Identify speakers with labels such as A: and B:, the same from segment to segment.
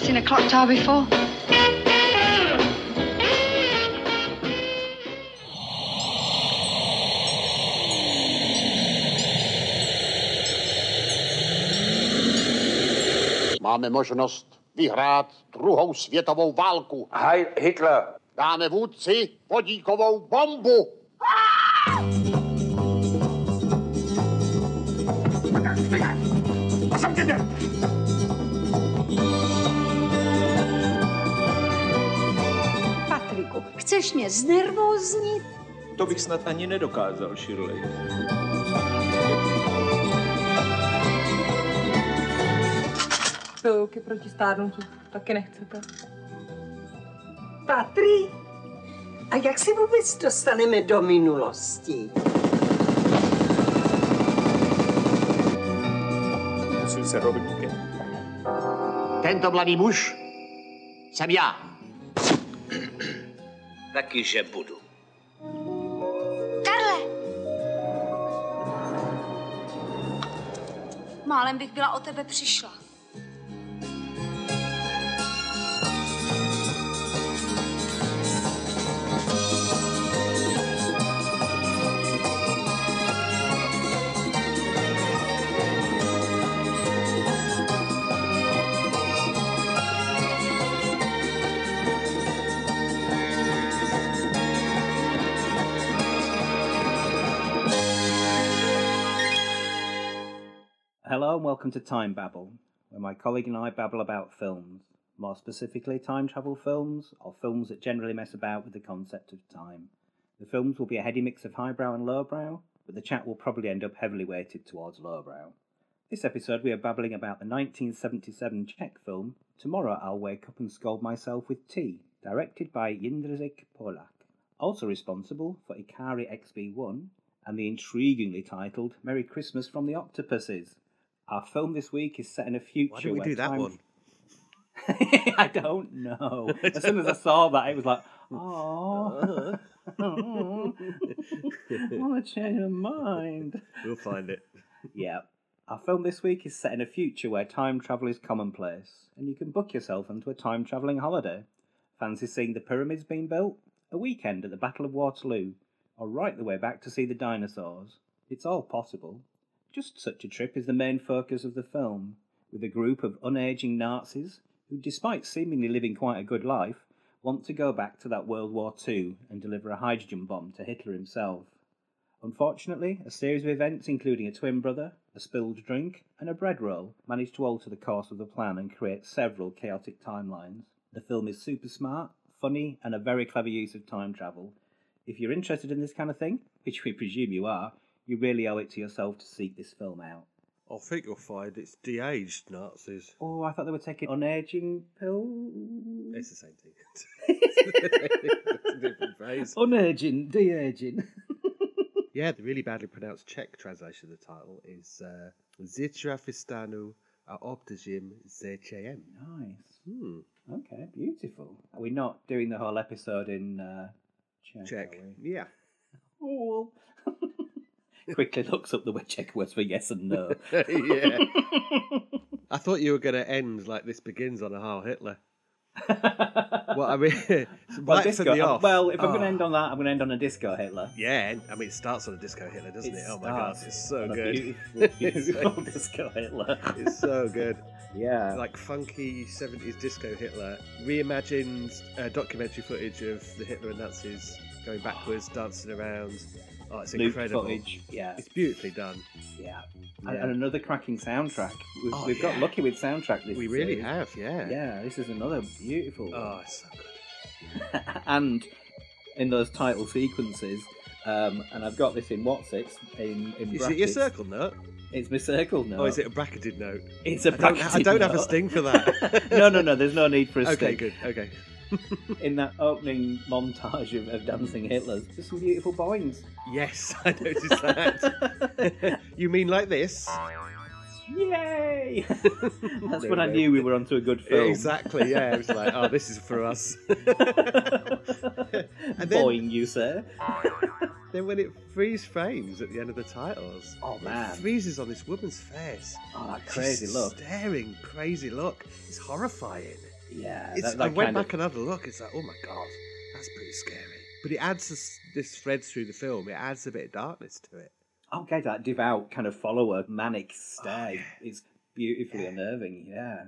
A: guitar before?
B: Máme možnost vyhrát druhou světovou válku.
C: Heil Hitler.
B: Dáme vůdci vodíkovou bombu.
D: Patriku, chceš mě znervóznit?
E: To bych snad ani nedokázal, Shirley.
F: Pilulky proti stárnutí. Taky nechcete.
G: Patry, a jak se vůbec dostaneme do minulosti?
E: Musím se rovníkem.
B: Tento mladý muž jsem já.
C: Taky, že budu.
D: Karle! Málem bych byla o tebe přišla.
H: Hello and welcome to Time Babble, where my colleague and I babble about films, more specifically time travel films, or films that generally mess about with the concept of time. The films will be a heady mix of highbrow and lowbrow, but the chat will probably end up heavily weighted towards lowbrow. This episode we are babbling about the 1977 Czech film Tomorrow I'll Wake Up and Scold Myself with Tea, directed by Jindrzej Polak, also responsible for Ikari XB1 and the intriguingly titled Merry Christmas from the Octopuses. Our film this week is set in a future.
I: Why don't we
H: where
I: do that
H: time-
I: one?
H: I don't know. As soon as I saw that, it was like, oh, I want to change my mind.
I: We'll find it.
H: Yeah. Our film this week is set in a future where time travel is commonplace, and you can book yourself onto a time travelling holiday. Fancy seeing the pyramids being built, a weekend at the Battle of Waterloo, or right the way back to see the dinosaurs? It's all possible. Just such a trip is the main focus of the film, with a group of unaging Nazis who, despite seemingly living quite a good life, want to go back to that World War II and deliver a hydrogen bomb to Hitler himself. Unfortunately, a series of events, including a twin brother, a spilled drink, and a bread roll, manage to alter the course of the plan and create several chaotic timelines. The film is super smart, funny, and a very clever use of time travel. If you're interested in this kind of thing, which we presume you are, you really owe it to yourself to seek this film out.
I: I think you'll find it's de-aged Nazis.
H: Oh, I thought they were taking unaging pills.
I: It's the same thing. it's a different phrase.
H: Unaging, de-aging.
I: Yeah, the really badly pronounced Czech translation of the title is uh, Zitrafistanu a obdajim ZJM.
H: nice.
I: Hmm.
H: Okay, beautiful. Are we not doing the whole episode in uh, Czech?
I: Czech.
H: are we?
I: Yeah.
H: all. Quickly looks up the word check words for yes and no.
I: yeah. I thought you were going to end like this begins on a Heil Hitler. Well, I mean, right
H: Well,
I: from
H: disco, Uh,
I: the off.
H: well, if I'm going to
I: Ah.
H: end on that, I'm going to end on a disco Hitler.
I: Yeah, and- I mean, it starts on a disco Hitler, doesn't it?
H: It
I: Oh my god,
H: starts
I: it's so
H: on a
I: good.
H: Beautiful, beautiful disco Hitler.
I: It's so good.
H: Yeah.
I: Like funky 70s disco Hitler, reimagined uh, documentary footage of the Hitler and Nazis going backwards, dancing around. Oh, it's
H: Loop
I: incredible.
H: footage. Yeah.
I: It's beautifully done.
H: Yeah. And,
I: Yeah.
H: and another cracking soundtrack. We've,
I: Oh,
H: we've got
I: yeah.
H: lucky with soundtrack this
I: We really
H: series.
I: have, yeah.
H: Yeah, this is another beautiful one.
I: Oh, it's so good.
H: and in those title sequences, um, and I've got this in what's it in, in
I: Is it your
H: brackets.
I: circle note?
H: It's my circle now.
I: Or is it a bracketed note?
H: It's a
I: I don't, I
H: bracketed
I: don't have a
H: note.
I: sting for that.
H: no, no, no. There's no need for a
I: Okay,
H: stick.
I: good. Okay.
H: In that opening montage of, of dancing Hitlers, there's some beautiful boings.
I: Yes, I noticed that. you mean like this?
H: Yay! That's when I knew we were onto a good film.
I: Exactly, yeah. It was like, oh, this is for us.
H: and
I: And then-
H: Boing, you sir.
I: then when it freeze frames at the end of the titles,
H: Oh man!
I: it freezes on this woman's face.
H: Oh, that
I: She's
H: crazy look.
I: Staring, crazy look. It's horrifying.
H: Yeah,
I: It's,
H: that- that
I: I went
H: kind of-
I: back and had a look. It's like, oh my god, that's pretty scary. But it adds this, this thread through the film. It adds a bit of darkness to it.
H: Okay, that devout kind of follower,
I: Oh,
H: manic stare. It's beautifully unnerving, yeah.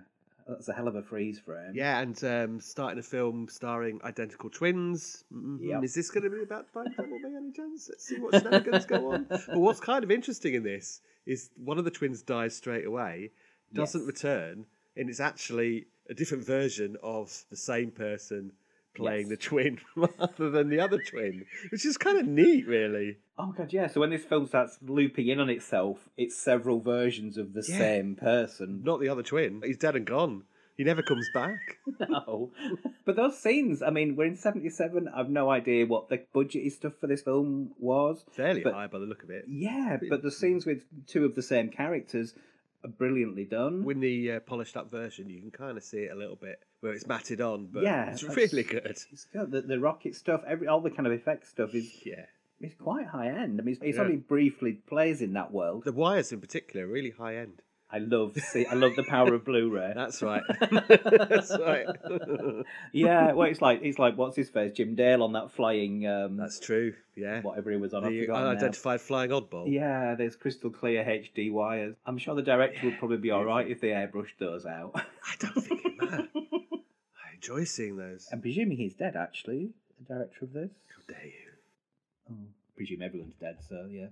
H: That's a hell of a freeze frame.
I: Yeah, and um, starting a film starring identical twins. Mhm.
H: Yep.
I: Is this going to be about time travel by any chance? Let's see what shenanigans go on. But what's kind of interesting in this is one of the twins dies straight away, doesn't
H: Yes.
I: return, and it's actually a different version of the same person playing
H: Yes.
I: the twin rather than the other twin, which is kind of neat, really.
H: Oh god, yeah. So when this film starts looping in on itself, it's several versions of the
I: Yeah.
H: same person.
I: Not the other twin. He's dead and gone. He never comes back.
H: No. but those scenes, I mean, we're in 77. I've no idea what the budget is stuff for this film was.
I: Fairly
H: But-
I: high by the look of it.
H: Yeah, but the scenes with two of the same characters are brilliantly done.
I: With the uh, polished up version, you can kind of see it a little bit where it's matted on, but
H: Yeah,
I: it's
H: that's-
I: really good.
H: It's good. The, the rocket stuff, every all the kind of effects stuff is
I: Yeah.
H: is quite high end. I mean, it's, it's
I: Yeah.
H: only briefly plays in that world.
I: The wires in particular are really high end.
H: I love see, I love the power of Blu-ray.
I: That's right. That's right.
H: yeah, well, it's like it's like what's his face, Jim Dale on that flying um,
I: That's true. Yeah.
H: whatever he was on. I
I: The
H: forgot
I: unidentified flying oddball.
H: Yeah, there's crystal clear HD wires. I'm sure the director would probably be all right if they airbrushed those out.
I: I don't think it matters. I enjoy seeing those.
H: I'm presuming he's dead, actually, the director of this.
I: How dare you?
H: Oh, presume everyone's dead, so yeah.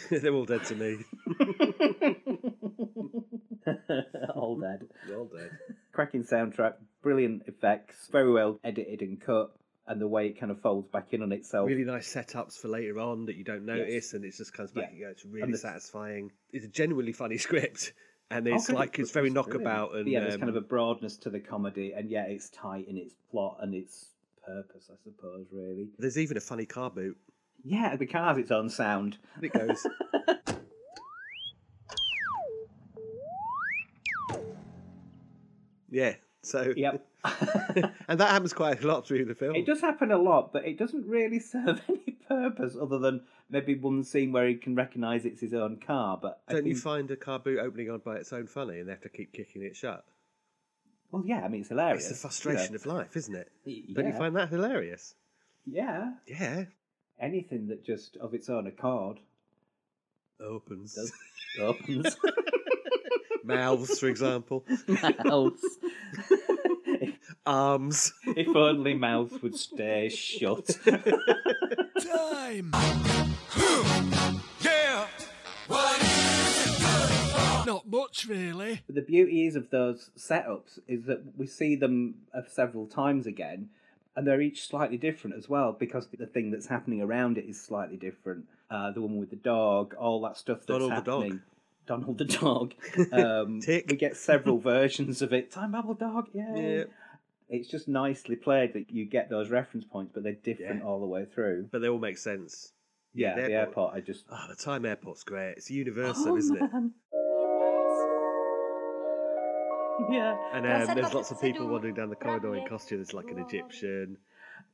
I: They're all dead to me.
H: all dead.
I: They're all dead.
H: Cracking soundtrack, brilliant effects, very well edited and cut, and the way it kind of folds back in on itself.
I: Really nice setups for later on that you don't notice, and it just comes back
H: Yeah.
I: and goes. It's really
H: the-
I: satisfying. It's a genuinely funny script, and
H: Oh,
I: it's
H: good.
I: like it's very
H: That's brilliant.
I: knockabout and
H: yeah, there's
I: um,
H: kind of a broadness to the comedy, and yeah, it's tight in its plot and its purpose, I suppose, really.
I: There's even a funny car boot.
H: Yeah, the car has its own sound.
I: And It goes. yeah. So.
H: Yep.
I: and that happens quite a lot through the film.
H: It does happen a lot, but it doesn't really serve any purpose other than maybe one scene where he can recognise it's his own car. But I
I: Don't you
H: think-
I: find a car boot opening on by its own funny, and they have to keep kicking it shut?
H: Well, Oh, yeah, I mean it's hilarious.
I: It's the frustration of life, isn't it?
H: you know.
I: Don't
H: yeah.
I: you find that hilarious?
H: Yeah,
I: Yeah.
H: anything that just of its own accord
I: Opens
H: does opens
I: mouths, for example,
H: mouths. if,
I: arms.
H: if only mouths would stay shut.
A: time. yeah. Not much, really.
H: But the beauty is of those setups is that we see them uh, several times again, and they're each slightly different as well because the thing that's happening around it is slightly different. Uh, the woman with the dog, all that stuff that's
I: Donald the dog.
H: happening. Donald the dog. Um,
I: Tick.
H: We get several versions of it. Time bubble dog, yay.
I: Yeah.
H: It's just nicely played that you get those reference points, but they're different
I: Yeah.
H: all the way through.
I: But they all make sense.
H: Yeah,
I: the
H: the
I: airport.
H: airport. I just
I: Ah, the time airport's great. It's universal,
H: Oh,
I: isn't it?
H: yeah.
I: And
D: Já
I: um,
D: jsem
I: there's
D: taky
I: lots of people
D: sedu-
I: wandering down the corridor in
D: právě
I: costume. There's like an
D: dlouho.
I: Egyptian.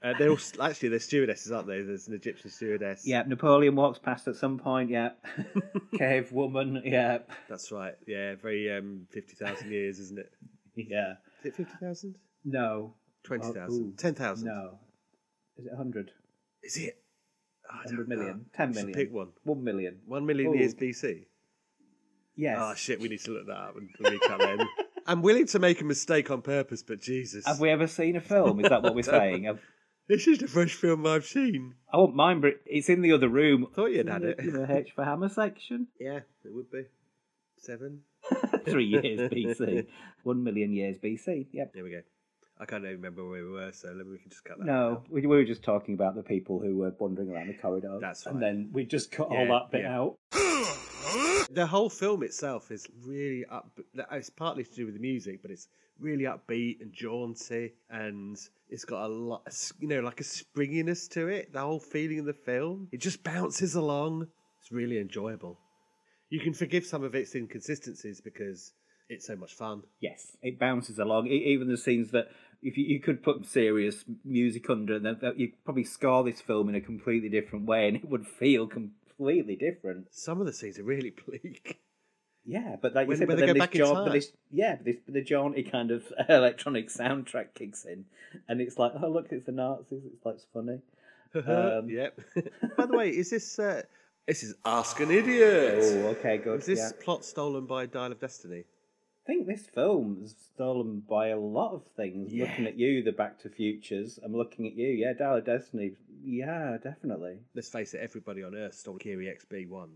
I: Uh, they're all actually they're stewardesses, aren't they? There's an Egyptian stewardess.
H: Yeah, Napoleon walks past at some point. Yeah, cave woman. Yeah,
I: that's right. Yeah, very um, fifty thousand years, isn't it?
H: yeah.
I: Is it fifty thousand?
H: No, Uh,
I: Twenty
H: Oh, ooh.
I: thousand? Ten thousand?
H: no. Is it hundred?
I: Is it? I don't
H: Hundred
I: know.
H: million? Ten
I: Just
H: million?
I: Pick one.
H: One million.
I: One million
H: Ooh.
I: years BC.
H: Yes.
I: Oh shit, we need to look that up and recap that in. I'm willing to make a mistake on purpose, but Jesus,
H: Have we ever seen a film? Is that what we're saying? I've,
I: this is the first film I've seen.
H: I won't mind, but it's in the other room.
I: Thought you'd
H: In
I: had
H: the-
I: it.
H: in the H for Hammer section.
I: Yeah, it would be seven.
H: Three years BC. One million years BC. Yep.
I: There we go. I can't even remember where we were, so maybe we can just cut that.
H: No, we, we were just talking about the people who were wandering around the corridor.
I: That's right.
H: And then we just cut
I: Yeah,
H: all that bit
I: yeah.
H: out.
I: The whole film itself is really up. It's partly to do with the music, but it's really upbeat and jaunty, and it's got a lot, you know, like a springiness to it. The whole feeling of the film, it just bounces along. It's really enjoyable. You can forgive some of its inconsistencies because it's so much fun.
H: Yes, it bounces along. E- even the scenes that if you, you could put serious music under, and then that- you'd probably score this film in a completely different way, and it would feel completely different.
I: Some of the scenes are really bleak.
H: Yeah, but like you
I: When-
H: said,
I: when
H: but
I: they
H: then
I: go
H: this
I: back in
H: jaunt, but
I: time.
H: this yeah, but this but the jaunty kind of electronic soundtrack kicks in, and it's like, oh look, it's the Nazis. It's like it's funny. Um,
I: yep. By the way, is this uh, this is Ask an Idiot?
H: Oh, okay, good.
I: was this
H: yeah.
I: plot stolen by Dial of Destiny?
H: I think this film is stolen by a lot of things. I'm Looking at you, the Back to Futures. I'm looking at you. Yeah, Dial of Destiny. Yeah, definitely.
I: Let's face it, everybody on Earth stole Kiri XB1.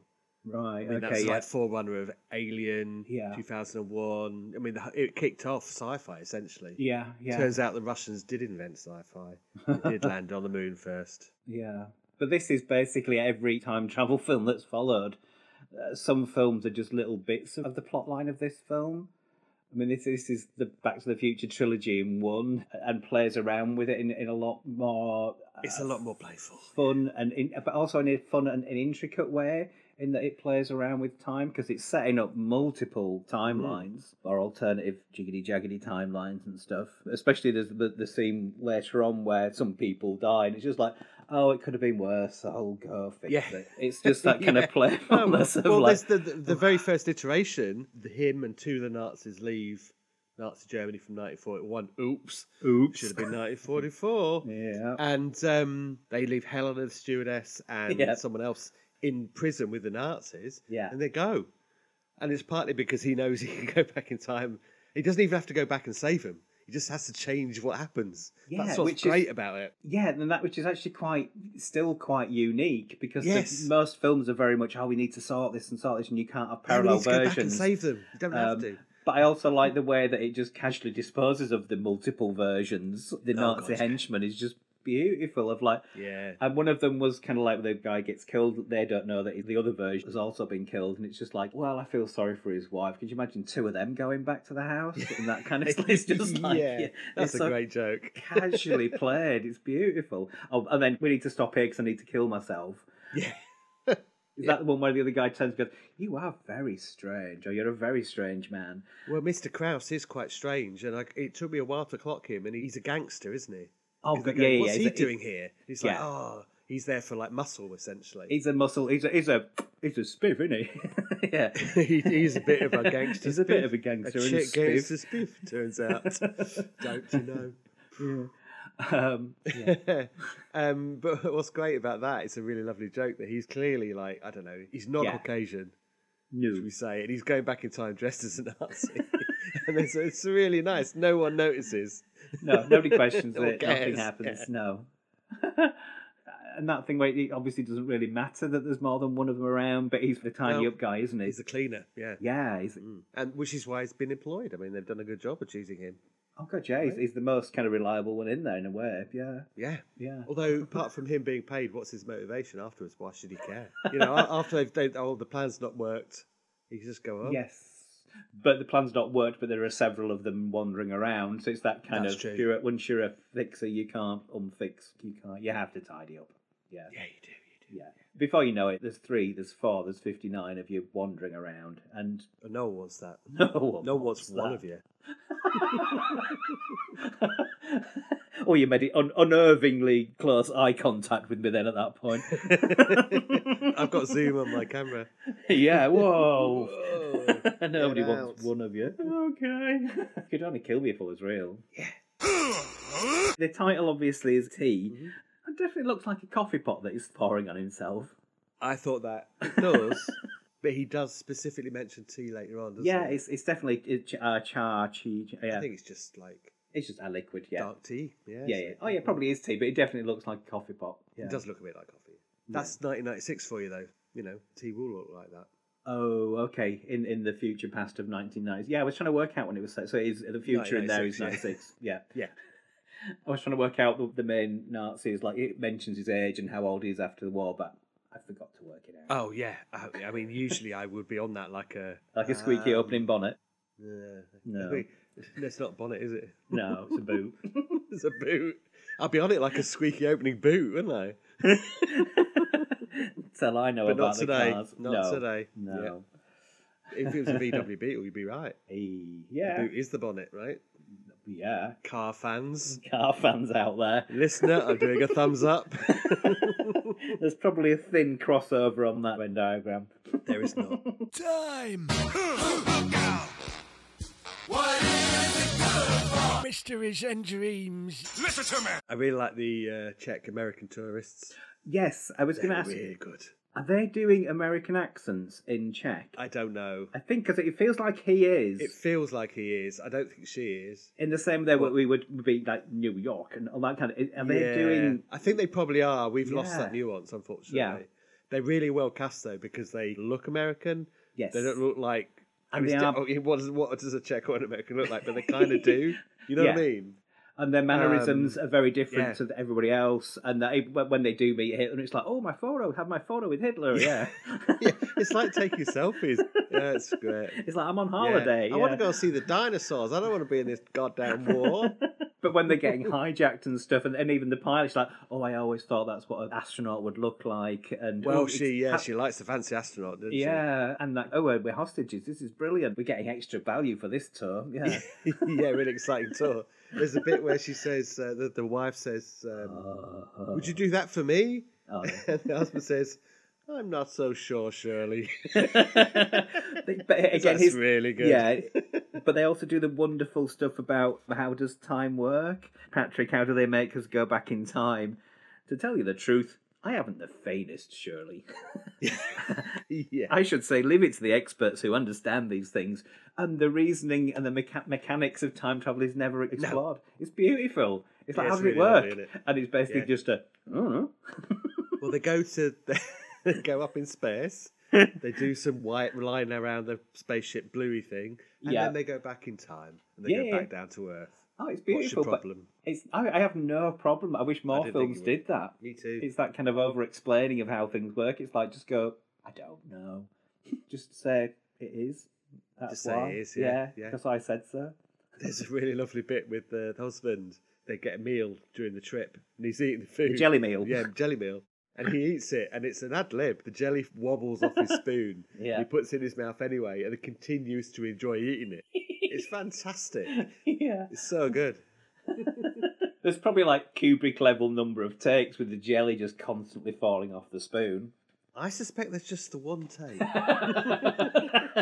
H: Right.
I: I mean,
H: okay.
I: that's
H: yeah.
I: like forerunner of Alien,
H: Yeah.
I: 2001. I mean, the, it kicked off sci-fi essentially.
H: yeah. Yeah.
I: Turns out the Russians did invent sci-fi. It did land on the moon first.
H: Yeah. But this is basically every time travel film that's followed. Uh, some films are just little bits of the plot line of this film. I mean, this, this is the Back to the Future trilogy in one and plays around with it in, in a lot more uh,
I: It's a lot more playful.
H: fun and in, but also in a fun and an intricate way in that it plays around with time because it's setting up multiple timelines
I: Hmm.
H: or alternative jiggity jaggedy timelines and stuff especially there's the, the scene later on where some people die and it's just like oh it could have been worse oh go fix
I: Yeah.
H: it it's just that kind
I: Yeah. Oh,
H: of playfulness of
I: Um, well,
H: like Oh.
I: there's the, the, the very first iteration, the, him and two of the Nazis leave Nazi Germany from 1941. Oops.
H: oops
I: Should have been 1944.
H: yeah
I: And um, they leave Helena, the stewardess, and
H: Yeah.
I: someone else in prison with the Nazis.
H: Yeah.
I: And they go. And it's partly because he knows he can go back in time. He doesn't even have to go back and save him. He just has to change what happens.
H: Yeah,
I: That's what's
H: which is-
I: great about it.
H: Yeah, and that which is actually quite still quite unique because the-
I: Yes.
H: most films are very much oh we need to sort this and sort this and you can't have
I: You don't
H: parallel
I: need to go back and
H: versions.
I: save them. You don't have
H: Um,
I: to.
H: But I also like the way that it just casually disposes of the multiple versions. The
I: Oh,
H: Nazi
I: God, yeah.
H: henchman is just beautiful. Of like,
I: Yeah.
H: and one of them was kind of like the guy gets killed. They don't know that the other version has also been killed, and it's just like, well, I feel sorry for his wife. Could you imagine two of them going back to the house and that kind of? It's just like,
I: yeah,
H: yeah,
I: that's
H: it's
I: a
H: so
I: great joke.
H: casually played. It's beautiful. Oh, and then we need to stop here because I need to kill myself.
I: Yeah.
H: Is that the one where the other guy turns and goes, You are very strange, or you're a very strange man?
I: Well, Mr. Krause is quite strange, and I, it took me a while to clock him. And he's a gangster, isn't he?
H: Oh,
I: 'Cause
H: but
I: they go,
H: yeah, yeah,
I: What's
H: yeah.
I: he
H: He's a-
I: doing here? He's like,
H: yeah.
I: oh, he's there for like muscle, essentially.
H: He's a muscle, he's a, he's a, he's a spiff, isn't he? yeah.
I: He- he's a bit of a gangster.
H: He's a bit
I: spiff.
H: of a gangster
I: A
H: and a
I: chick
H: spiff.
I: gangster spiff. Turns out, don't you know?
H: Um, yeah.
I: um, but what's great about that? It's a really lovely joke that he's clearly like I don't know. He's not
H: Yeah.
I: Caucasian. should
H: No.
I: we say, and he's going back in time dressed as a Nazi. and it's, it's really nice. No one notices.
H: No, nobody questions
I: Or
H: it. Nothing
I: cares,
H: happens.
I: yeah.
H: No. and that thing where it obviously doesn't really matter that there's more than one of them around, but he's the tiny
I: No.
H: up guy, isn't he?
I: He's a cleaner, yeah. Mm.
H: yeah, he's
I: And which is why he's been employed. I mean, they've done a good job of choosing him.
H: Oh god, yeah, he's, he's the most kind of reliable one in there in a way. Yeah,
I: Yeah.
H: yeah.
I: Although, apart from him being paid, what's his motivation afterwards? Why should he care? You know, a- after they've, they oh, the plan's not worked, he can just go, oh,
H: Yes, but the plan's not worked. But there are several of them wandering around, so it's that kind
I: That's
H: of
I: true.
H: You're, a- once you're a fixer, you can't unfix. You can't. You have to tidy up. Yeah,
I: yeah, you do, you
H: yeah. Before you know it, there's three, there's four, there's fifty-nine of you wandering around, and
I: do. And no one wants that.
H: no one.
I: No one wants one of you.
H: or you made it un- unnervingly close eye contact with me then at that point.
I: I've got Zoom on my camera.
H: yeah, whoa. Nobody
I: get
H: wants
I: out.
H: one of you. Okay. You could only kill me if I was real. Yeah. the title obviously is tea.
I: Mm-hmm.
H: It definitely looks like a coffee pot that he's pouring on himself.
I: I thought that. It does. but he does specifically mention tea later on, doesn't
H: yeah,
I: he?
H: it's it's definitely it's, uh, char chi. Yeah,
I: I think it's just like
H: it's just a liquid. Yeah,
I: dark tea. Yeah.
H: yeah, yeah. Oh yeah, probably is tea, but it definitely looks like a coffee pot. Yeah.
I: It does look a bit like coffee. That's 1996 for you, though. You know, tea will look like that.
H: Oh, okay. In in the future past of 1990s. Yeah, I was trying to work out when it was set. So it is the future in there is
I: 1996,
H: 96. Yeah.
I: Yeah.
H: I was trying to work out the, the main Nazis. Like it mentions his age and how old he is after the war, but I forgot to work it out.
I: Oh yeah. I, I mean, usually I would be on that like a.
H: like a
I: Um.
H: squeaky opening bonnet.
I: Ah, Yeah.
H: No.
I: Wait, that's not a bonnet, is it?
H: No, it's a boot.
I: It's a boot. I'd be on it like a squeaky opening boot, wouldn't I?
H: Till I know
I: But
H: about
I: not
H: the
I: today.
H: cars.
I: Not
H: no.
I: today. Yeah.
H: No.
I: If it was a VW Beetle, you'd be right.
H: Hey,
I: The
H: Yeah.
I: boot is the bonnet, right?
H: yeah,
I: Car fans.
H: car fans out there.
I: Listener, I'm doing a thumbs up.
H: There's probably a thin crossover on that Venn diagram.
I: There is not.
A: Time. Mysteries and dreams.
I: I really like the uh, Czech American tourists.
H: Yes, I was going to
I: They're
H: ask
I: really
H: you,
I: good.
H: are they doing American accents in Czech?
I: I don't know.
H: I think because it feels like he is.
I: It feels like he is. I don't think she is.
H: in the same way what we would be like New York and all that kind of. Are they
I: Yeah.
H: doing?
I: I think they probably are. We've lost
H: Yeah.
I: that nuance, unfortunately.
H: Yeah.
I: They're really well cast though because they look American.
H: Yes.
I: They don't look like. I
H: And
I: mean,
H: they
I: sti-
H: are-
I: oh, what, does, what does a Czech or an American look like? But they kind of do. You know what I
H: Yeah.
I: mean?
H: and their mannerisms are very different
I: um, yeah.
H: to everybody else. And they, when when they do meet Hitler, it's like, oh, my photo, have my photo with Hitler. Yeah,
I: Yeah, it's like taking selfies. Yeah, it's great.
H: it's like I'm on
I: Yeah.
H: holiday.
I: I want
H: yeah.
I: to go see the dinosaurs. I don't want to be in this goddamn war.
H: But when they're getting hijacked and stuff, and, and even the pilot's like, "Oh, I always thought that's what an astronaut would look like." And
I: well,
H: "Oh,
I: she
H: it's
I: yeah,
H: ha-
I: she likes the fancy astronaut, doesn't
H: yeah, and like, "Oh, we're hostages. This is brilliant. We're getting extra value for this tour." Yeah,
I: she? yeah, really exciting tour. There's a bit where she says uh, the the wife says, um, "Would you do that for me?"
H: Uh-huh. Oh.
I: and the husband says, "I'm not so sure, Shirley."
H: but again,
I: That's
H: his,
I: really good.
H: Yeah, but they also do the wonderful stuff about how does time work, Patrick? How do they make us go back in time? To tell you the truth, I haven't the faintest, Shirley.
I: yeah.
H: I should say, leave it to the experts who understand these things. And the reasoning and the mecha- mechanics of time travel is never explored. It's beautiful. It's like,
I: Yeah,
H: how
I: it's
H: does it
I: really
H: work?
I: lovely, isn't it?
H: And it's basically
I: Yeah.
H: just a, I don't know.
I: Well, they go to they go up in space. they do some white line around the spaceship bluey thing, and
H: Yeah.
I: then they go back in time and they
H: Yeah,
I: go
H: yeah.
I: back down to Earth.
H: Oh, it's
I: your
H: beautiful. but
I: problem?
H: It's, I, I have no problem. I wish more
I: didn't think
H: films
I: you would.
H: did that.
I: Me too.
H: It's that kind of over explaining of how things work. It's like just go, I don't know. just say it is. That's
I: Just say
H: why.
I: it is, yeah, yeah.
H: because I said so.
I: There's a really lovely bit with the, the husband. They get a meal during the trip, and he's eating the food.
H: The jelly meal.
I: Yeah, jelly meal. And he eats it, and it's an ad lib. The jelly wobbles off his spoon.
H: Yeah.
I: He puts it in his mouth anyway, and he continues to enjoy eating it. It's fantastic.
H: yeah.
I: It's so good.
H: There's probably like Kubrick level number of takes with the jelly just constantly falling off the spoon.
I: I suspect there's just the one take.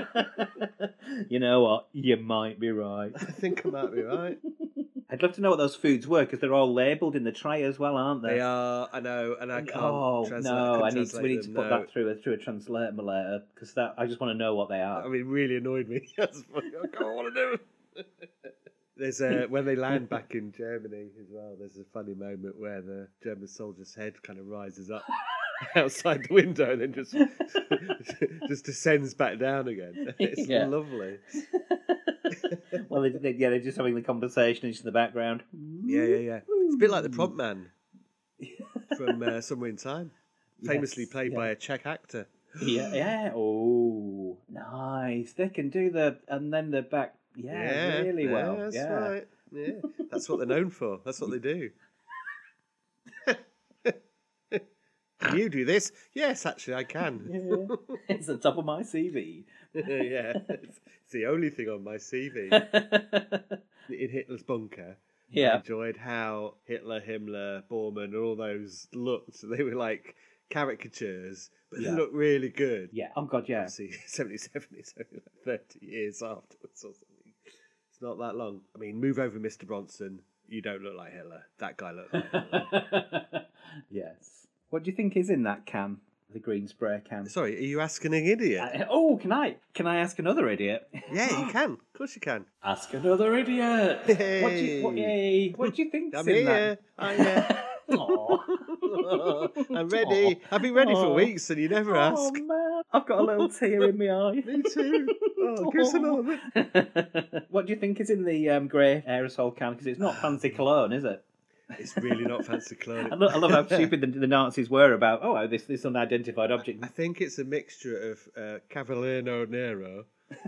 H: you know what? You might be right.
I: I think I might be right.
H: I'd love to know what those foods were because they're all labelled in the tray as well, aren't they?
I: They are. I know, and I can't.
H: oh
I: translate,
H: no!
I: couldn't
H: I need to,
I: translate
H: we need to
I: them,
H: put
I: no.
H: that through a through a translator later because that I just want to know what they
I: I
H: are.
I: mean, really annoyed me. That's funny. I can't want to do it. There's a when they land back in Germany as well. There's a funny moment where the German soldier's head kind of rises up outside the window and then just just descends back down again. It's
H: Yeah.
I: lovely.
H: well, they, they, yeah, they're just having the conversation in the background.
I: Yeah, yeah, yeah. It's a bit like the prompt man from uh, Somewhere in Time, famously
H: Yes,
I: played
H: yeah.
I: by a Czech actor.
H: yeah, yeah. Oh, nice. They can do the and then the back. Yeah, really
I: yeah,
H: well.
I: That's
H: yeah.
I: right. Yeah, that's what they're known for. That's what they do. Can you do this? Yes, actually, I can.
H: Yeah. it's the top of my CV.
I: yeah, it's, it's the only thing on my CV. In Hitler's bunker, I
H: yeah,
I: enjoyed how Hitler, Himmler, Bormann, and all those looked. They were like caricatures, but
H: Yeah.
I: they looked really good.
H: yeah. Oh God, yeah.
I: Obviously, 77 is only like 30 years afterwards or something. It's not that long. I mean, move over, Mr. Bronson. You don't look like Hitler. That guy looks like Hitler.
H: yes. What do you think is in that can? The green spray can.
I: Sorry, are you asking an idiot?
H: Uh, oh, can I? Can I ask another idiot?
I: yeah, you can. Of course you can.
H: Ask another idiot. What do you,
I: Hey.
H: what, yay. What do you think's
I: I'm
H: in
I: here. I'm here.
H: that? Aw.
I: I'm ready. I've been ready
H: Aw.
I: for weeks and you never ask.
H: Oh man, I've got a little tear in my eye.
I: Me too. Oh, give us another.
H: what do you think is in the um, grey aerosol can? Because it's not fancy cologne, is it?
I: It's really not fancy clothing.
H: I love, I love how stupid the, the Nazis were about. Oh, this this unidentified object.
I: I think it's a mixture of uh, Cavallino Nero,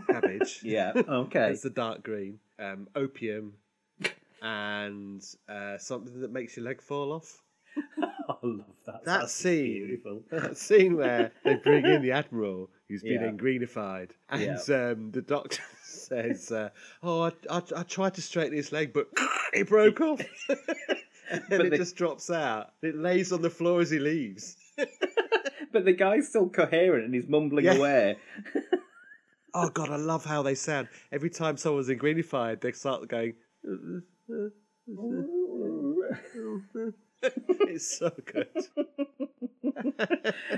I: cabbage.
H: Yeah. Okay.
I: That's the dark green. Um, opium and uh, something that makes your leg fall off.
H: I love
I: That
H: that. That's
I: scene,
H: beautiful.
I: that scene where they bring in the admiral, who's been
H: Yeah.
I: ingrenified. And um, the doctor says, uh, Oh, I, I, I tried to straighten his leg, but it broke off. and
H: But
I: it
H: they-
I: just drops out. It lays on the floor as he leaves.
H: But the guy's still coherent and he's mumbling
I: Yeah.
H: away.
I: Oh, God, I love how they sound. Every time someone's ingrenified, they start going, It's so good.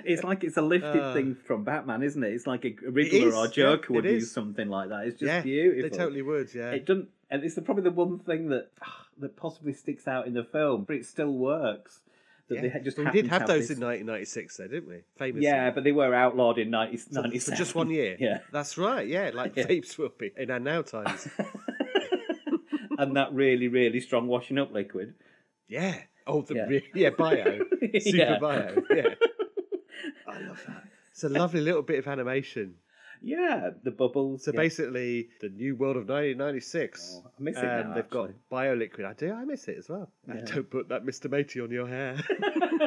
H: It's like it's a lifted
I: Uh,
H: thing from Batman, isn't it? It's like a Riddler
I: is,
H: or
I: yeah,
H: Joker would
I: it
H: use
I: is.
H: something like that. It's just
I: yeah,
H: beautiful.
I: They totally would, yeah.
H: It doesn't, and it's the, probably the one thing that that possibly sticks out in the film, but it still works. That
I: Yeah.
H: they just
I: But we
H: happen
I: did
H: to
I: have, those
H: this-
I: in 1996, though, didn't we? Famously.
H: Yeah, but they were outlawed in 90,
I: For- for
H: 97.
I: just one year.
H: Yeah.
I: that's right. Yeah, like vapes will be in our now times.
H: and that really, really strong washing up liquid.
I: yeah. Oh, the
H: Yeah.
I: yeah, yeah bio, super
H: Yeah.
I: bio. Yeah, I love that. It's a lovely little bit of animation.
H: Yeah, the bubbles.
I: So
H: yeah.
I: basically, the new world of 1996.
H: Oh, I miss it now,
I: they've got
H: actually.
I: bioliquid. I do. I miss it as well. Uh, Don't put that Mr. Matey on your hair.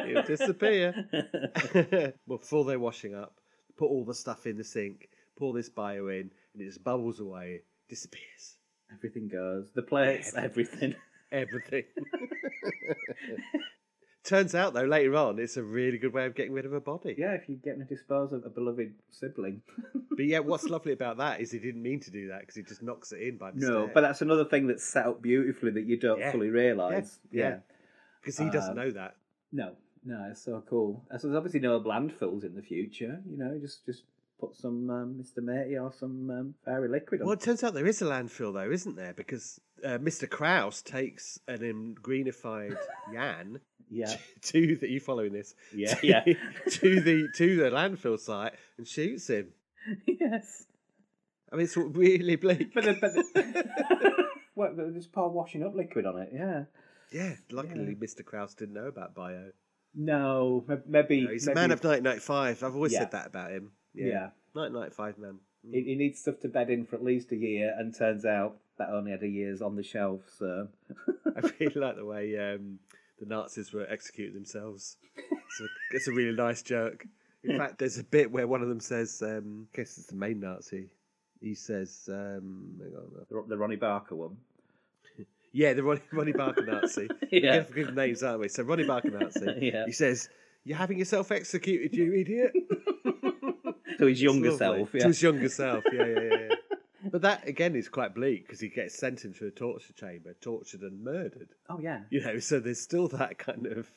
I: It'll disappear. well, before they're washing up, put all the stuff in the sink, pour this bio in, and it just bubbles away, disappears.
H: Everything goes. The plates, everything.
I: everything. Turns out, though, later on, it's a really good way of getting rid of a body.
H: yeah, if you get to dispose of a beloved sibling.
I: But yeah, what's lovely about that is he didn't mean to do that because he just knocks it in by mistake.
H: No, but that's another thing that's set up beautifully that you don't
I: Yeah.
H: fully realise.
I: Yeah. Yeah. because he doesn't
H: uh,
I: know that.
H: No, no, it's so cool. Uh, So there's obviously no landfills in the future. You know, just just put some um, Mr. Matey or some um, fairy liquid on.
I: Well, it turns out there is a landfill, though, isn't there? Because uh, Mr. Krause takes an ingrenified Yan
H: Yeah,
I: to the. You following this?
H: yeah,
I: To-
H: yeah.
I: to the to the landfill site and shoots him.
H: yes.
I: I mean, it's really bleak.
H: But, the, but the, what, they just pour washing up liquid on it, yeah.
I: yeah, luckily Mr. Krause didn't know about bio.
H: No, m- maybe.
I: No, he's
H: maybe
I: a man of 1995. I've always
H: Yeah.
I: said that about him.
H: Yeah.
I: 1995 man.
H: He, he needs stuff to bed in for at least a year, and turns out that only had a year's on the shelf, so.
I: I really like the way um, the Nazis were executing themselves. It's a, it's a really nice joke. In fact, there's a bit where one of them says, um, I guess it's the main Nazi. He says, um, hang on,
H: The, the Ronnie Barker one.
I: Yeah, the Ronnie, Ronnie Barker Nazi.
H: Yeah.
I: We're good with names, aren't we? So Ronnie Barker Nazi.
H: Yeah.
I: He says, "You're having yourself executed, you idiot."
H: To his younger
I: Lovely.
H: self, yeah.
I: To his younger self. Yeah, yeah, yeah. yeah. but that again is quite bleak because he gets sentenced to a torture chamber, tortured and murdered.
H: Oh, yeah.
I: You know, so there's still that kind of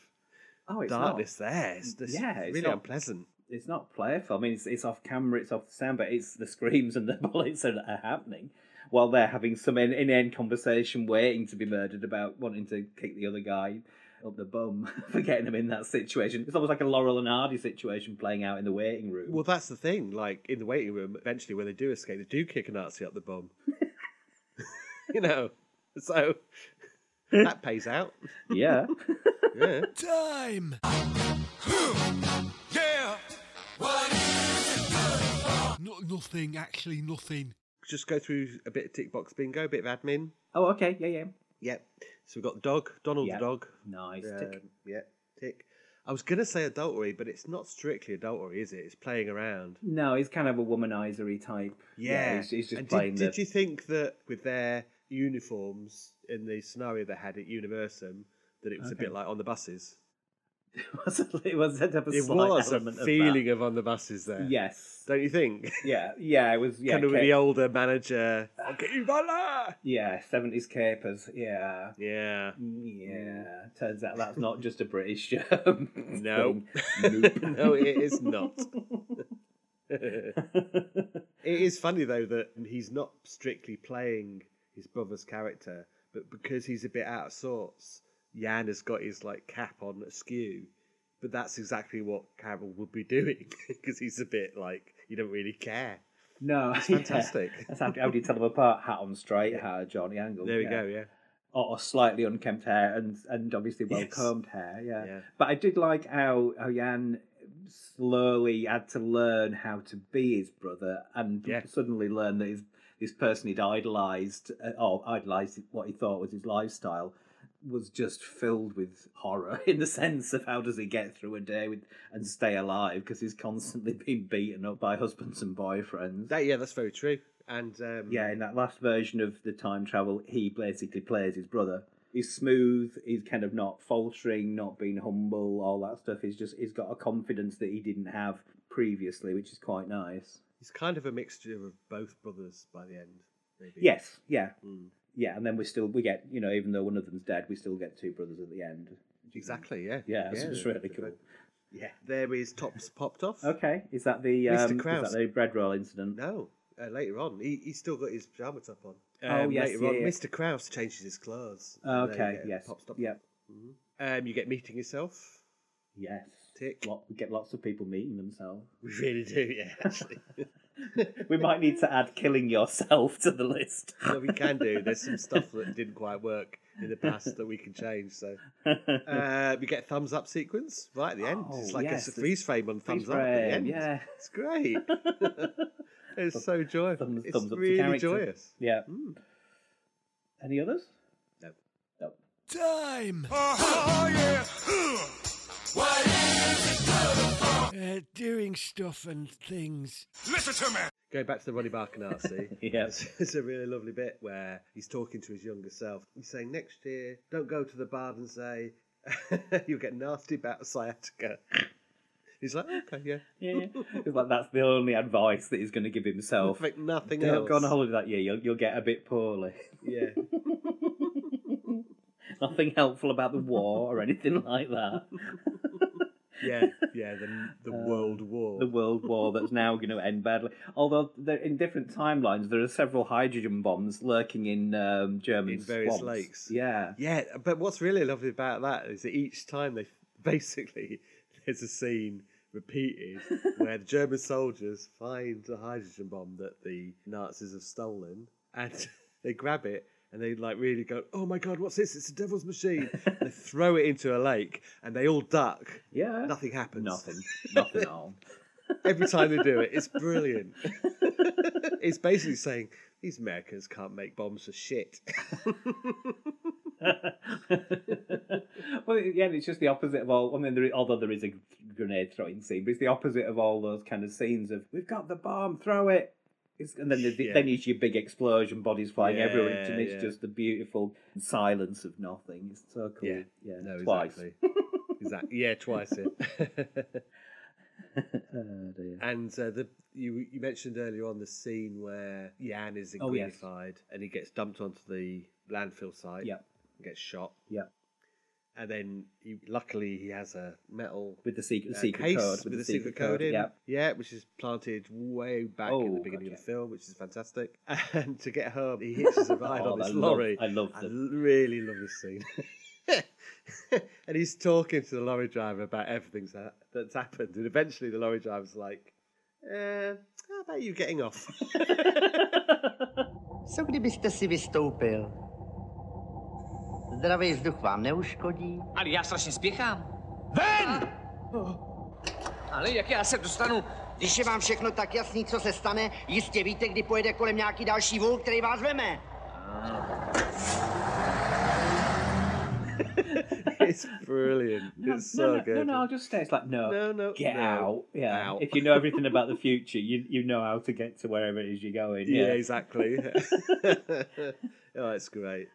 H: Oh, it's not.
I: darkness there. It's, it's
H: Yeah, it's
I: really
H: not-
I: unpleasant.
H: it's not playful. I mean, it's, it's off camera, it's off the sound, but it's the screams and the bullets that are happening while they're having some in- inane conversation, waiting to be murdered about wanting to kick the other guy up the bum for getting him in that situation. It's almost like a Laurel and Hardy situation playing out in the waiting room.
I: Well, that's the thing. Like in the waiting room, eventually when they do escape, they do kick a Nazi up the bum. you know, so that pays out.
H: yeah.
I: Yeah.
A: Time. yeah. No, nothing, actually, nothing.
I: just go through a bit of tick box bingo, a bit of admin.
H: oh, okay. Yeah, yeah.
I: Yep. So we've got the dog, Donald
H: Yeah.
I: the dog.
H: Nice.
I: Um,
H: Tick.
I: yep, tick. I was going to say adultery, but it's not strictly adultery, is it? It's playing around.
H: No, he's kind of a womanizery type.
I: Yeah.
H: he's, he's just
I: and
H: playing
I: did,
H: the.
I: did you think that with their uniforms in the scenario they had at Universum, that it was a bit like on the buses?
H: it was, it was,
I: It was a
H: element
I: feeling
H: Of
I: of on the buses there.
H: that. Yes.
I: Don't you think?
H: Yeah. Yeah. It was. Yeah.
I: kind of with
H: Kate-
I: the older manager. I'll get you by there.
H: Yeah, seventies capers. Yeah,
I: Yeah.
H: yeah. Turns out that's not just a British um,
I: No.
H: thing. Nope.
I: no, it is not. It is funny though that he's not strictly playing his brother's character, but because he's a bit out of sorts, Jan has got his like cap on askew. But that's exactly what Carol would be doing because he's a bit like you don't really care.
H: no,
I: It's fantastic.
H: Yeah. That's how, how do you tell them apart? Hat on straight, hair Johnny Angle.
I: There we
H: yeah.
I: go. Yeah,
H: Or, or slightly unkempt hair and and obviously well
I: Yes.
H: combed hair. Yeah.
I: Yeah.
H: but I did like how how Jan slowly had to learn how to be his brother and
I: Yeah.
H: suddenly learn that his this person he'd idolized uh, or idolized what he thought was his lifestyle was just filled with horror in the sense of how does he get through a day with, and stay alive because he's constantly being beaten up by husbands and boyfriends.
I: That, yeah, that's very true. And um,
H: Yeah, in that last version of the time travel, he basically plays his brother. He's smooth. He's kind of not faltering, not being humble, all that stuff. He's just he's got a confidence that he didn't have previously, which is quite nice.
I: he's kind of a mixture of both brothers by the end. Maybe.
H: Yes, yeah,
I: Mm.
H: yeah. And then we still we get you know even though one of them's dead, we still get two brothers at the end.
I: Exactly. Yeah.
H: Yeah, it's it's really cool.
I: Yeah. There is tops popped off.
H: Okay, is that the
I: Mr.
H: um, is
I: Krause.
H: that the bread roll incident?
I: No, uh, later on, he, he's still got his pajama top on. Um,
H: Oh, yes,
I: later
H: yeah,
I: on,
H: yeah. Oh,
I: Mr. Krause changes his clothes. and they
H: Okay,
I: get
H: yes,
I: popped up.
H: yep,
I: Um, you get meeting yourself.
H: yes.
I: Tick.
H: Lot, we get lots of people meeting themselves.
I: We really do, yeah. Actually,
H: we might need to add killing yourself to the list.
I: well, we can do. There's some stuff that didn't quite work in the past that we can change. So uh, we get a thumbs up sequence right at the end.
H: Oh,
I: it's like
H: yes,
I: a
H: the
I: freeze frame on thumbs
H: Freeze
I: up at the
H: frame,
I: end.
H: yeah.
I: it's great. it's so joyful.
H: Thumbs-
I: it's
H: thumbs up to
I: really
H: character.
I: joyous.
H: Yeah.
I: Mm.
H: Any others?
A: Time! Uh, doing stuff and things.
I: Going back to the Ronnie Barker RC.
H: Yes.
I: It's a really lovely bit where he's talking to his younger self. He's saying, Next year, don't go to the bard and say, You'll get nasty about sciatica. He's like, Okay, yeah.
H: Yeah, yeah. It's like that's the only advice that he's going to give himself.
I: Like nothing
H: Don't
I: else.
H: go on holiday that year. You'll, you'll get a bit poorly.
I: Yeah.
H: Nothing helpful about the war or anything like that.
I: Yeah. Yeah. The, the World War.
H: Uh, The world war that's now going to end badly. Although there, in different timelines, there are several hydrogen bombs lurking in um, German
I: In various
H: swamps.
I: lakes.
H: Yeah.
I: Yeah. But what's really lovely about that is that each time they basically, there's a scene repeated where the German soldiers find a hydrogen bomb that the Nazis have stolen and they grab it and they like really go, oh my God, what's this? It's the devil's machine. And they throw it into a lake and they all duck.
H: Yeah.
I: Nothing happens.
H: Nothing. Nothing at all.
I: Every time they do it, it's brilliant. it's basically saying, these Americans can't make bombs for shit.
H: well, yeah, it's just the opposite of all. I mean, there, although there is a grenade throwing scene, but it's the opposite of all those kind of scenes of "We've got the bomb, throw it," it's, and then the,
I: Yeah.
H: then it's your big explosion, bodies flying
I: Yeah,
H: everywhere, and it's
I: yeah.
H: just the beautiful silence of nothing. It's so cool.
I: Yeah.
H: twice.
I: exactly. Yeah, twice. Yeah.
H: Oh, dear.
I: And uh, the you you mentioned earlier on the scene where Jan is
H: Oh, yes.
I: ingridified and he gets dumped onto the landfill site.
H: Yep.
I: and Gets shot.
H: Yep.
I: And then he, luckily he has a metal
H: With the secret,
I: uh,
H: secret
I: case
H: code,
I: with, the, secret, code, in.
H: Yeah.
I: Yeah, which is planted way back in the
H: Oh,
I: beginning
H: God,
I: of the film, which is fantastic. And to get home, he hitches a ride
H: Oh,
I: on this
H: I love-
I: lorry.
H: I love
I: I
H: the-
I: l- really love this scene. and he's talking to the lorry driver about everything that, that's happened. And eventually the lorry driver's like, eh, how about you getting off?
J: Co kdybyste si vystoupil? Zdravý vzduch vám neuškodí?
C: Ale já strašně spěchám. Ven! Ale jak já se dostanu?
J: Když je vám všechno tak jasný, co se stane, jistě víte, kdy pojede kolem nějaký další vůl, který vás veme.
I: it's brilliant. It's
H: no,
I: so
H: no,
I: good.
H: No, no, I'll just stay. It's like no,
I: No, no,
H: get
I: no,
H: out. Yeah,
I: out.
H: if you know everything about the future, you you know how to get to wherever it is you're going.
I: Yeah,
H: Yeah,
I: exactly. oh, it's great.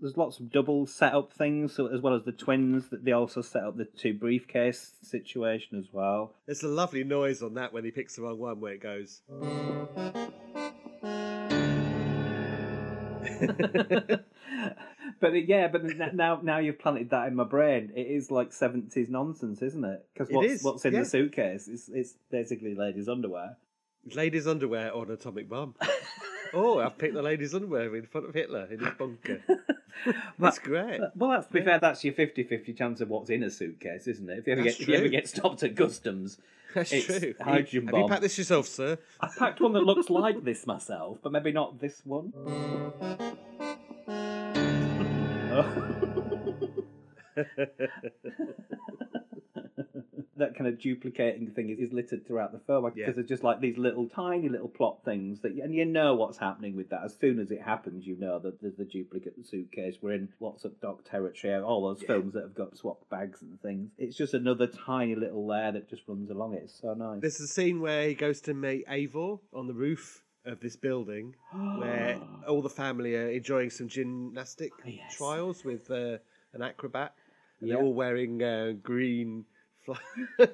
H: there's lots of double setup things, so as well as the twins, that they also set up the two briefcase situation as well.
I: There's a lovely noise on that when he picks the wrong one where it goes.
H: But it- yeah, but n- now now you've planted that in my brain. It is like seventies nonsense, isn't it? Because
I: It
H: what's
I: is,
H: what's in
I: yeah.
H: the suitcase? It's it's basically ladies' underwear.
I: Ladies' underwear or an atomic bomb. oh, I've picked the ladies' underwear in front of Hitler in his bunker. That's great.
H: Well, that's, to be fair, that's your 50-50 chance of what's in a suitcase, isn't it? If you ever,
I: That's
H: get, if you ever
I: true.
H: get stopped at customs,
I: That's
H: it's
I: true.
H: hydrogen
I: Have
H: bomb.
I: you packed this yourself, sir?
H: I packed one that looks like this myself, but maybe not this one. that kind of duplicating thing is, is littered throughout the film because
I: Yeah.
H: there's just like these little tiny little plot things that, and you know what's happening with that as soon as it happens. You know that there's the duplicate suitcase. We're in what's up doc territory. All those films that have got swapped bags and things. It's just another tiny little layer that just runs along it. It's so nice.
I: There's a scene where he goes to meet Eivor on the roof of this building, where all the family are enjoying some gymnastic
H: Oh, Yes.
I: trials with uh, an acrobat. And
H: Yeah.
I: They're all wearing uh, green, fl-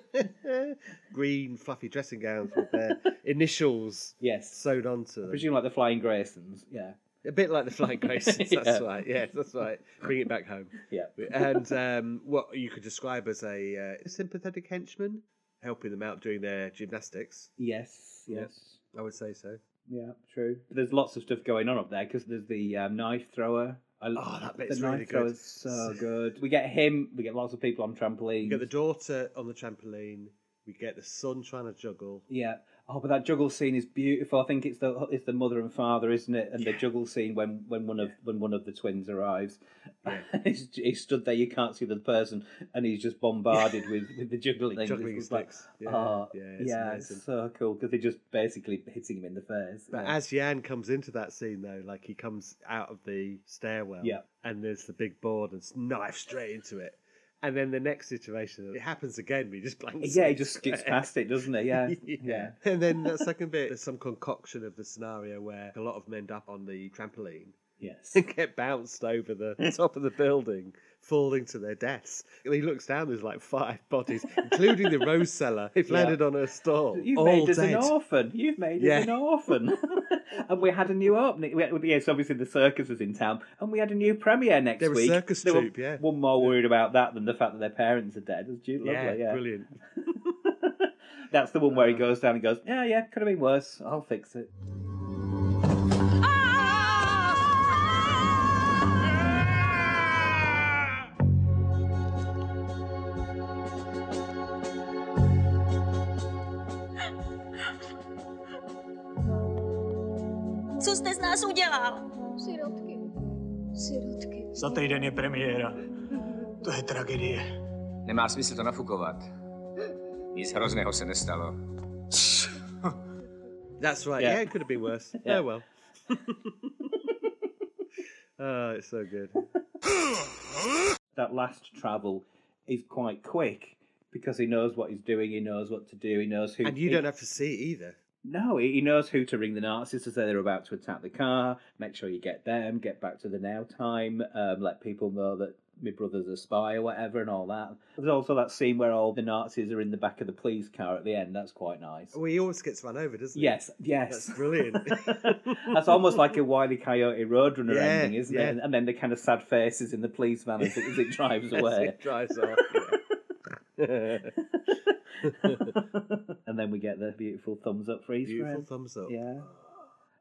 I: green fluffy dressing gowns with their initials
H: yes.
I: sewn onto
H: I
I: them.
H: presume like the Flying Graysons. Yeah.
I: A bit like the Flying Graysons, that's
H: Yeah.
I: right. Yeah, that's right. Bring it back home.
H: Yeah.
I: And um, what you could describe as a uh, sympathetic henchman, helping them out doing their gymnastics.
H: Yes. Yes.
I: I would say so.
H: Yeah, true. There's lots of stuff going on up there because there's the um, knife thrower. I,
I: Oh, that bit's
H: the
I: really
H: knife
I: good.
H: thrower's so good. We get him. We get lots of people on trampolines.
I: We get the daughter on the trampoline. We get the son trying to juggle.
H: yeah. Oh, but that juggle scene is beautiful. I think it's the it's the mother and father, isn't it? And the juggle scene when, when one of when one of the twins arrives, he's, he stood there. You can't see the person, and he's just bombarded with, with the juggling. things.
I: Juggling
H: It's like,
I: sticks. Yeah,
H: oh,
I: yeah,
H: yeah,
I: it's
H: it's,
I: amazing.
H: so cool because they're just basically hitting him in the face.
I: But
H: Yeah.
I: as Yan comes into that scene, though, like he comes out of the stairwell,
H: Yeah.
I: and there's the big board and it's knife straight into it. And then the next iteration, it happens again. but He just blanks.
H: yeah,
I: it
H: he just skips
I: straight.
H: past it, doesn't he? Yeah,
I: yeah. And then that second bit, there's some concoction of the scenario where a lot of them end up on the trampoline
H: yes.
I: and get bounced over the top of the building, falling to their deaths. And he looks down, there's like five bodies, including the rose seller, who landed on her stall.
H: You've
I: all
H: made us
I: dead.
H: an orphan. You've made
I: Yeah.
H: us an orphan. and we had a new opening. We had, yes, obviously the circus was in town, and we had a new premiere next
I: They were a
H: week.
I: circus
H: They
I: troupe, yeah.
H: One more worried about that than the fact that their parents are dead. It was Duke
I: Yeah,
H: Lovely, yeah.
I: brilliant. Uh.
H: That's the one where he goes down and goes, yeah, yeah, could have been worse. I'll fix it.
D: Co jste z nás udělal? Sirotky. Sirotky.
K: Za týden je premiéra. To je tragédie.
C: Nemá smysl to nafukovat. Nic hrozného se nestalo.
I: That's right. Yeah.
H: Yeah.
I: it could have been worse.
H: Yeah.
I: Oh well. oh, it's so good.
H: That last travel is quite quick because he knows what he's doing, he knows what to do, he knows who.
I: And you
H: he-
I: don't have to see it either.
H: No, he he knows who to ring the Nazis to say they're about to attack the car. Make sure you get them. Get back to the now time. Um, let people know that my brother's a spy or whatever, and all that. There's also that scene where all the Nazis are in the back of the police car at the end. That's quite nice.
I: Well, he always gets run over, doesn't he?
H: Yes, yes.
I: Oh, That's brilliant.
H: That's almost like a Wily Coyote Roadrunner
I: Yeah,
H: ending, isn't
I: yeah.
H: it? And then the kind of sad faces in the police van as it, as it drives
I: As
H: away.
I: it drives off. yeah.
H: and then we get the beautiful thumbs up for Easter
I: Beautiful
H: egg.
I: thumbs up.
H: Yeah. Uh,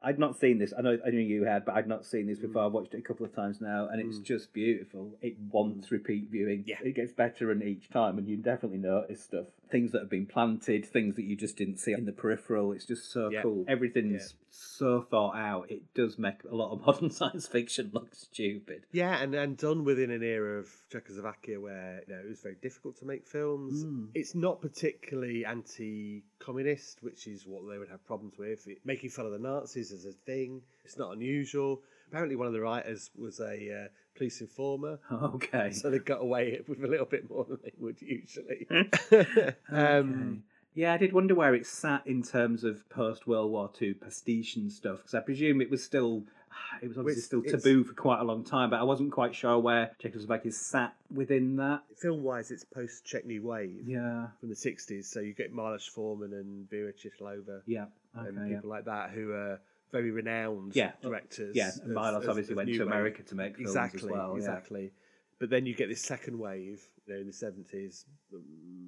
H: I'd not seen this. I know I knew you had, but I'd not seen
I: Mm.
H: this before. I've watched it a couple of times now, and it's just beautiful. It wants repeat viewing.
I: Mm. Yeah.
H: It gets better and each time, and you definitely notice stuff. Things that have been planted, things that you just didn't see in the peripheral. It's just so
I: Yeah.
H: cool. Everything's so thought out. It does make a lot of modern science fiction look stupid.
I: Yeah, and, and done within an era of Czechoslovakia where you know, it was very difficult to make films.
H: Hmm.
I: It's not particularly anti communist, which is what they would have problems with. It, making fun of the Nazis is a thing, it's not unusual. Apparently, one of the writers was a uh, police informer.
H: Okay.
I: So they got away with a little bit more than they would usually. um,
H: Yeah, I did wonder where it sat in terms of post World War II pastiche and stuff, because I presume it was still. It was obviously
I: it's-
H: still
I: it's-
H: taboo for quite a long time, but I wasn't quite sure where Czechoslovakia sat within that.
I: Film wise, it's post Czech New Wave
H: Yeah,
I: from the 60s. So you get Miloš Forman and Vera Chislova.
H: yeah, okay,
I: and
H: yeah.
I: people like that who are very renowned
H: Yeah.
I: directors.
H: Yeah, and
I: of-
H: Milos
I: of-
H: obviously
I: of
H: went
I: new
H: to
I: wave.
H: America to make films as
I: exactly,
H: well, yeah.
I: Exactly, But then you get this second wave, you know, in the seventies,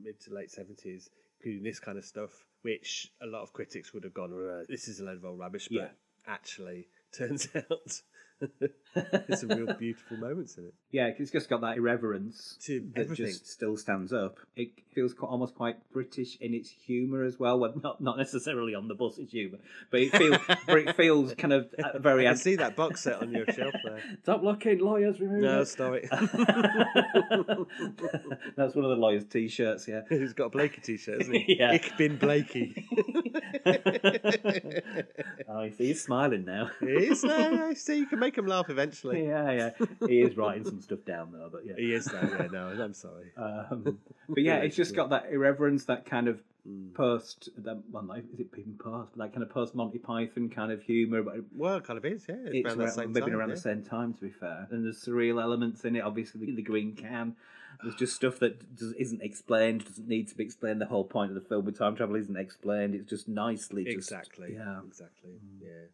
I: mid to late seventies, including this kind of stuff, which a lot of critics would have gone, "Uh, "This is a load of old rubbish." But
H: Yeah.
I: actually, turns out. There's some real beautiful moments in it.
H: Yeah, it's just got that irreverence
I: To
H: that
I: everything.
H: just still stands up. It feels quite, almost quite British in its humour as well. Well, not not necessarily on the bus's humour, but it feels but it feels kind of uh, very.
I: I can see that box set on your shelf there.
H: Stop looking, lawyers. Remove
I: No,
H: it.
I: sorry.
H: That's one of the lawyers' t-shirts. Yeah,
I: He's got a Blakey t-shirt, hasn't he?
H: Yeah.
I: Ich bin Blakey.
H: oh, he's, he's smiling now.
I: He is now. See, you can make him laugh eventually.
H: yeah, yeah. He is writing some stuff down though, but yeah.
I: He is though. Yeah, no, I'm sorry.
H: Um, but yeah, it's just got that irreverence, that kind of
I: Mm.
H: post, that, well, no, is it even past? That kind of post Monty Python kind of humour. But
I: Well, it kind of is. Yeah, it's,
H: it's
I: around
H: around-
I: that same
H: maybe
I: time.
H: around
I: yeah.
H: the same time, to be fair. And there's surreal elements in it. Obviously, the, the green can. There's just stuff that does, isn't explained, doesn't need to be explained. The whole point of the film with time travel isn't explained. It's just nicely, just,
I: Exactly.
H: Yeah. Mm.
I: Exactly. Yeah.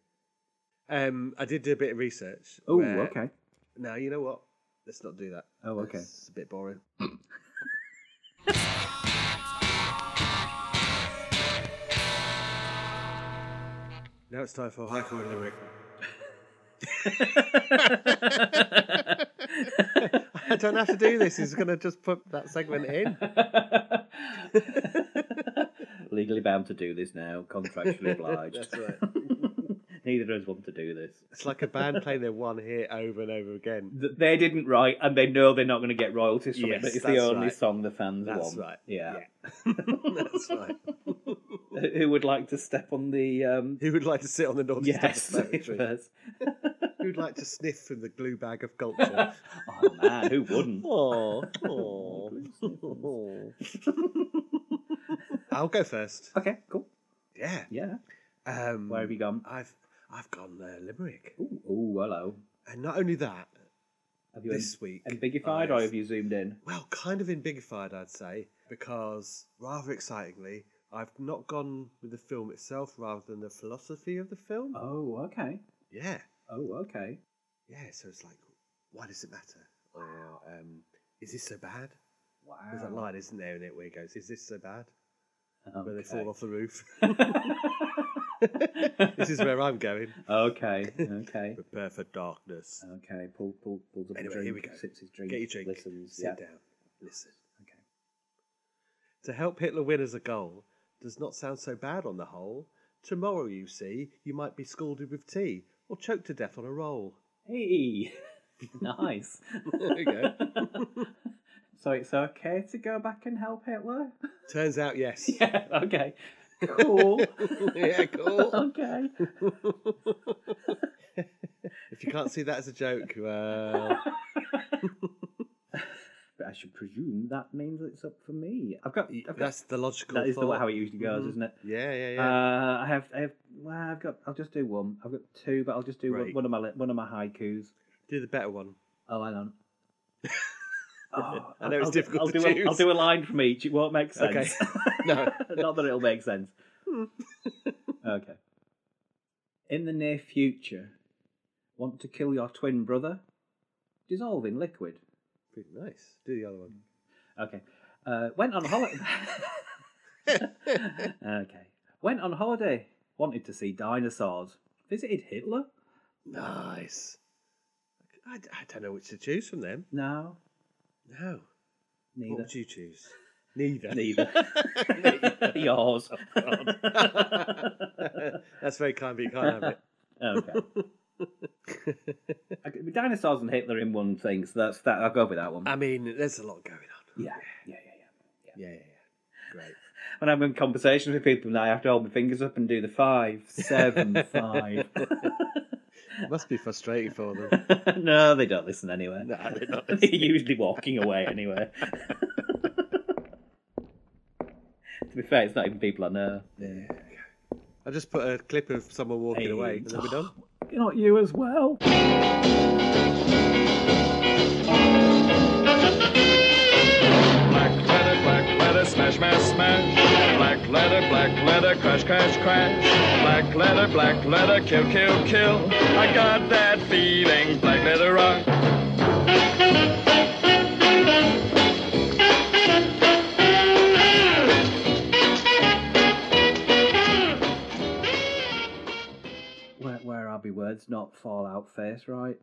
I: Um, I did do a bit of research.
H: Oh,
I: where-
H: okay.
I: No, you know what? Let's not do that.
H: Oh, okay.
I: It's a bit boring. now it's time for High Court Lyric. I don't have to do this. He's going to just put that segment in.
H: Legally bound to do this now, contractually obliged.
I: That's right.
H: Neither of us want to do this.
I: It's like a band playing their one hit over and over again.
H: Th- They didn't write, and they know they're not going to get royalties from
I: Yes,
H: it. But it's the
I: that's
H: only
I: right.
H: song the fans
I: That's
H: want.
I: right.
H: Yeah.
I: That's right.
H: Who- Who would like to step on the? Um...
I: Who would like to sit on the Nordic
H: Yes.
I: Territory?
H: yes.
I: Who would like to sniff from the glue bag of culture?
H: oh man, who wouldn't?
I: Aw, aw, aw. I'll go first.
H: Okay, cool.
I: Yeah.
H: Yeah.
I: Um,
H: Where have you gone?
I: I've I've gone uh, Limerick,
H: Ooh, ooh, hello.
I: and not only that.
H: Have you
I: This week, Oh,
H: ambigified, or
I: I've-
H: have you zoomed in?
I: Well, kind of embigified, I'd say, because rather excitingly, I've not gone with the film itself rather than the philosophy of the film.
H: Oh, okay.
I: Yeah.
H: Oh, okay.
I: Yeah, so it's like, why does it matter? Or um, is this so bad?
H: Wow.
I: There's that line, isn't there, in it where he goes, "Is this so bad?" Where they
H: Okay.
I: fall off the roof. this is where I'm going.
H: Okay, okay,
I: Prepare for darkness.
H: okay. Paul, Paul, pulls up a
I: Anyway,
H: drink,
I: here we go.
H: sips his drink,
I: Get your drink.
H: listens.
I: sit
H: yeah.
I: down. Listen.
H: Okay.
I: To help Hitler win as a goal does not sound so bad on the whole. Tomorrow, you see, you might be scalded with tea or choked to death on a roll.
H: Hey, nice.
I: There you go.
H: so it's okay to go back and help Hitler.
I: Turns out, yes.
H: Yeah. Okay. Cool.
I: yeah, cool.
H: okay.
I: If you can't see that as a joke, uh, well,
H: But I should presume that means it's up for me. I've got. I've got
I: that's the logical.
H: that is the,
I: thought.
H: how it usually goes,
I: Mhm.
H: isn't it?
I: Yeah, yeah, yeah.
H: Uh, I have, I have. Well, I've got. I'll just do one. I've got two, but I'll just do one,
I: Right.
H: one of my li- one of my haikus.
I: Do the better one.
H: Oh, hang on. Oh,
I: I know it's
H: I'll-
I: difficult
H: I'll
I: to
H: do a, I'll
I: choose.
H: do a line from each. It won't make
I: Okay.
H: sense.
I: No.
H: Not that it'll make sense. okay. In the near future, want to kill your twin brother? Dissolve in liquid.
I: Pretty nice. Do the other one.
H: Mm. Okay. Uh, went on holiday. okay. Went on holiday. Wanted to see dinosaurs. Visited Hitler?
I: Nice. I, d- I don't know which to choose from them.
H: No.
I: No. What
H: Neither.
I: would you choose? Neither.
H: Neither. Yours.
I: That's very kind, but you can't have it.
H: Okay. Okay, but Dinosaurs and Hitler in one thing, so that's that. I'll go with that one.
I: I mean, there's a lot going on.
H: yeah, yeah, yeah, yeah.
I: Yeah, yeah, yeah. Great.
H: When I'm in conversations with people, now I have to hold my fingers up and do the five, seven, five.
I: Must be frustrating for them.
H: no, they don't listen anyway.
I: No, they're not
H: They're usually walking away anyway. to be fair, it's not even people I know.
I: I just put a clip of someone walking
H: Hey.
I: away, and then we're done.
H: Not you as well.
K: Black leather, black leather, smash, smash, smash. Black leather, black leather, crash, crash, crash. Black leather, black leather, kill, kill, kill. I got that feeling, black leather rock.
H: where where are be words, not fall out face, right?